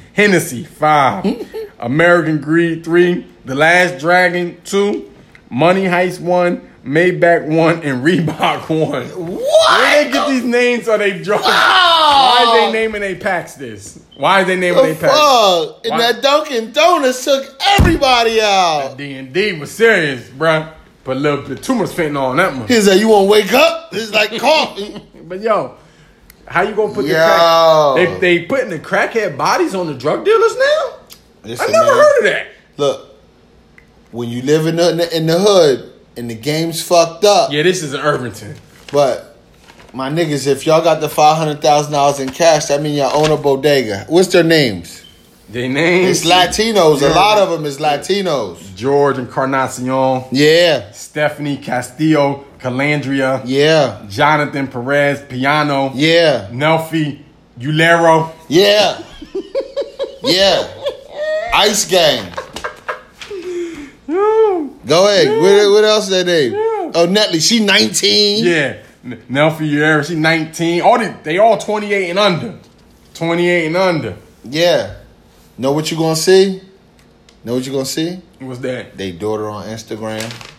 <laughs>
Hennessy five, American Greed three, The Last Dragon two, Money Heist one, Maybach one, and Reebok <laughs> one.
what?
Where they get these names? Are they drunk? Why is they naming they packs this? Why is they naming
the
they packs?
fuck? And
Why-
that Dunkin' Donuts took everybody out.
D and D was serious, bruh. Put a little bit too much fentanyl on that
<laughs>
one.
He said, "You won't wake up." It's like coffee.
But yo, how you gonna put
Yo.
the crack? They, they putting the crackhead bodies on the drug dealers now?
Listen,
I never
man.
heard of that.
Look, when you live in the, in the in the hood and the game's fucked up,
Yeah, this is an Irvington.
But my niggas, if y'all got the five hundred thousand dollars in cash, that mean y'all own a bodega. What's their names?
They name
It's Latinos. A lot of them is Latinos.
George Encarnacion,
Yeah,
Stephanie Castillo, Calandria,
yeah,
Jonathan Perez, Piano,
yeah,
Nelfi, Ulero.
yeah, <laughs> yeah. Ice Gang. Go ahead. What, what else is that name? Oh, Netley. She nineteen.
Yeah, N- Nelfi Ulero. She 19. All the, they all 28 and under. 28 and under.
yeah. Know what you gonna see? Know what you gonna see?
What's that?
They daughter on Instagram.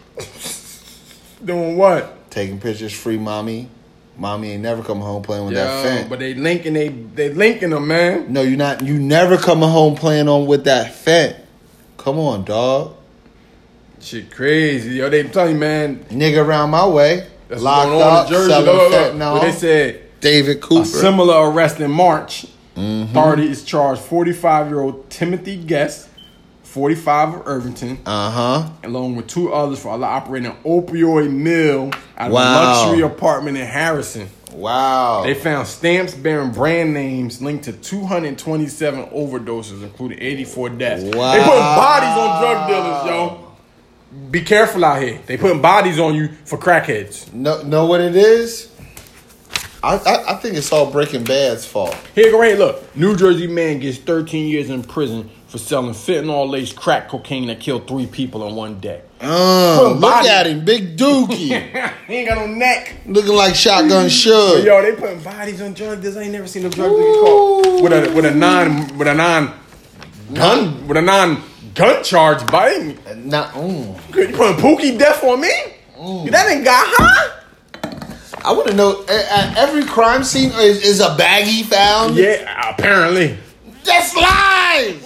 Doing what?
taking pictures, free mommy. Mommy ain't never come home playing with that
Yo,
fent.
but they linking they they linking them, man.
no, you not. You never coming home playing on with that fent. Come on, dog.
Shit crazy. Yo, they telling you, man,
Nigga around my way.
that's
locked
what's going on
up,
in Jersey.
selling
Look, look, look.
fentanyl.
But they said
David
A
Cooper.
similar arrest in March.
Mm-hmm.
Authorities charged 45 year old Timothy Guest, 45 of Irvington,
uh huh.
along with two others for operating an opioid mill at
Wow.
a luxury apartment in Harrison.
Wow.
They found stamps bearing brand names linked to 227 overdoses, including 84 deaths. They put bodies on drug dealers, yo. Be careful out here. They putting bodies on you for crackheads.
know, know what it is? I, I, I think it's all Breaking Bad's fault.
Here, go right. Look, New Jersey man gets 13 years in prison for selling fentanyl laced crack cocaine that killed three people in one day.
Uh,
Put a
look
Um, body-
at him, big dookie,
<laughs> he ain't got no neck.
looking like shotgun
But
shug.
yo, they putting bodies on drug dealers. I ain't never seen a drug dealer caught with a with a non with a non gun with a non gun charge. But I ain't-
Nah, mm.
you putting Pookie death on me? That ain't got huh?
I want to know. At, at every crime scene, is, is a baggie found?
Yeah, apparently.
That's
<laughs>
lies.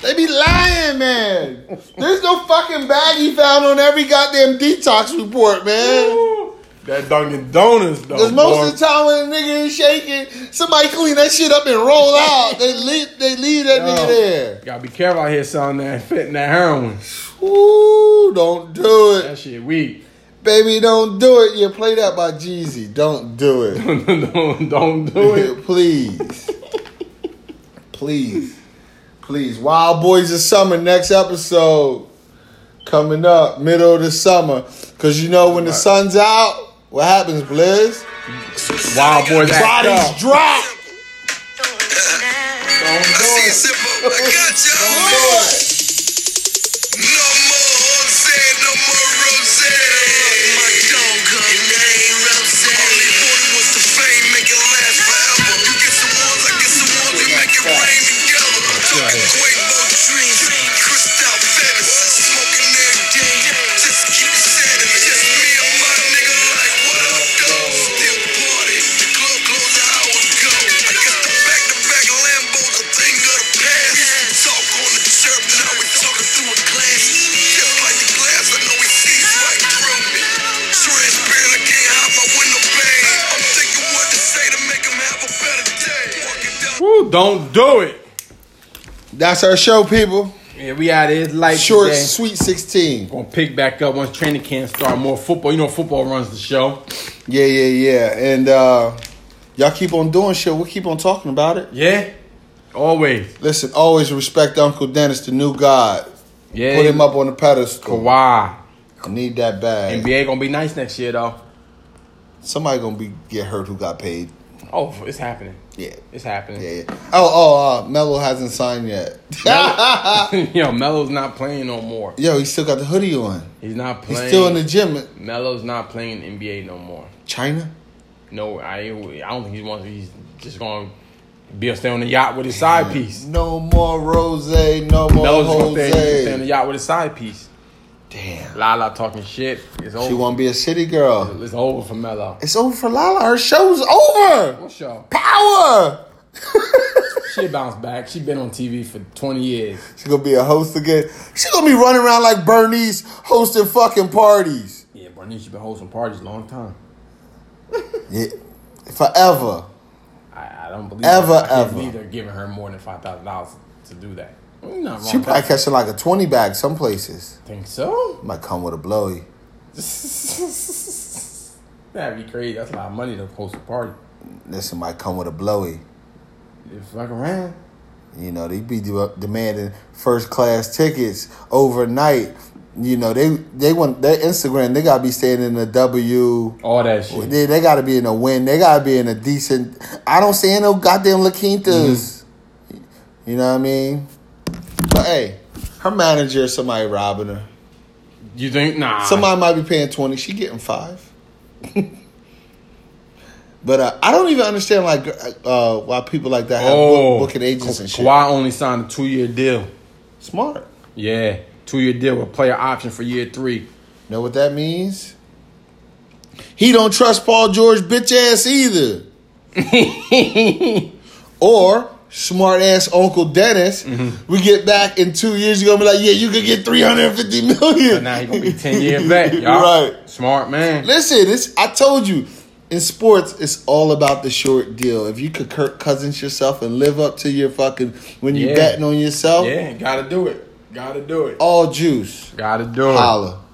they be lying, man. There's no fucking baggie found on every goddamn detox report, man.
That Dunkin' Donuts though.
Because
boy.
most of the time when a nigga is shaking, somebody clean that shit up and
<laughs>
roll out. They leave, they leave that
Yo,
nigga there.
Gotta be careful out here selling that fitting that heroin.
Ooh, don't do it.
That shit weak. <laughs>
Baby, don't do it. You play that by Jeezy. Don't do it.
don't, don't do it.
Please. Please. Please. Wild Boys of Summer, next episode. Coming up, middle of the summer. Cause you know when the sun's out, what happens, Blizz?
Wild boys act
Bodies
up.
drop.
Don't
I
do
see
it.
a sip of- I got ya. No more Jose, no more Rose. My dog gun, that ain't Rose. Only 40 was the fame, make it last forever. You get some ones, I get some ones, we make it rain together. Talking Quavo dreams, Cristal fantasy, smoking every day. Just keep setting, just me and my nigga like what up, though. Still party, the club closed an hour ago. I guess the back to back Lambo's a thing of the past. Talk on the chirp, now we talking through a glass. Just like the glass, I know he sees right through me. Transparent, I can't hide my window pane. I'm thinking what to say to make him have a better day. Walking down.
Woo, don't do it.
That's our show, people.
Yeah, we out here. It's light
Short,
today.
sweet 16.
Gonna pick back up once training camp start. More football. You know football runs the show.
Yeah, yeah, yeah. And uh y'all keep on doing shit. We'll keep on talking about it.
Yeah, always.
Listen, always respect Uncle Dennis, the new god.
Yeah,
Put him up on the pedestal.
Kawhi.
I need that bag.
NBA gonna be nice next year though.
Somebody gonna be get hurt who got paid.
Oh, it's happening.
Yeah.
It's happening.
Yeah, yeah. Oh, oh, uh, Melo hasn't signed yet.
<laughs> Yo, Melo's not playing no more.
Yo, he still got the hoodie on.
He's not
He's
playing.
still in the gym.
Melo's not playing NBA no more.
China?
No, I. I don't think he wants. He's just gonna be a stay on the yacht with his side piece.
No more Rose, no more
Melo's gonna stay, stay on the
Jose.
yacht with his side piece.
Damn.
Lala talking shit. It's over.
She wanna be a city girl.
it's over for Melo.
It's over for Lala. Her show's over.
What's your?
Power.
She bounced back. She been on TV for 20 years.
She gonna be a host again. She gonna be running around like Bernice hosting fucking parties.
Yeah, Bernice, you been hosting parties a long time.
Yeah. Forever.
I, I don't believe
Ever,
I can't
ever.
believe they're giving her more than five thousand dollars to do that. You're not wrong.
She probably catching like a 20 bag some places.
think so. <laughs>
Might come with a blowy.
That'd be crazy. That's a lot of money to host a party.
Listen, might come with a blowy.
If fuck around.
You know, they be de- demanding first class tickets overnight. You know, they they want their Instagram. They gotta be staying in a W.
All that shit.
They, they gotta be in a win. They gotta be in a decent. I don't see no goddamn La Quintas. You know what I mean? But hey, her manager, somebody robbing her.
You think nah.
Somebody might be paying twenty. She getting five. <laughs> but uh, I don't even understand like uh, why people like that have
oh,
book, booking agents and shit.
Kawhi only signed a two year deal.
Smart.
Yeah. Two year deal with player option for year three.
Know what that means? He don't trust Paul George bitch ass
<laughs>
either. or smart ass Uncle Dennis,
Mm-hmm.
we get back in two years, you're gonna be like, yeah, you could get 350 million.
But now he gonna be
<laughs>
ten years back, y'all.
Right.
Smart man.
Listen, it's I told you, in sports, it's all about the short deal. If you could Kirk Cousins yourself and live up to your fucking when you
Yeah.
betting on yourself,
Yeah, gotta do it. Gotta do it.
all juice.
Gotta do it.
Oh. Holla.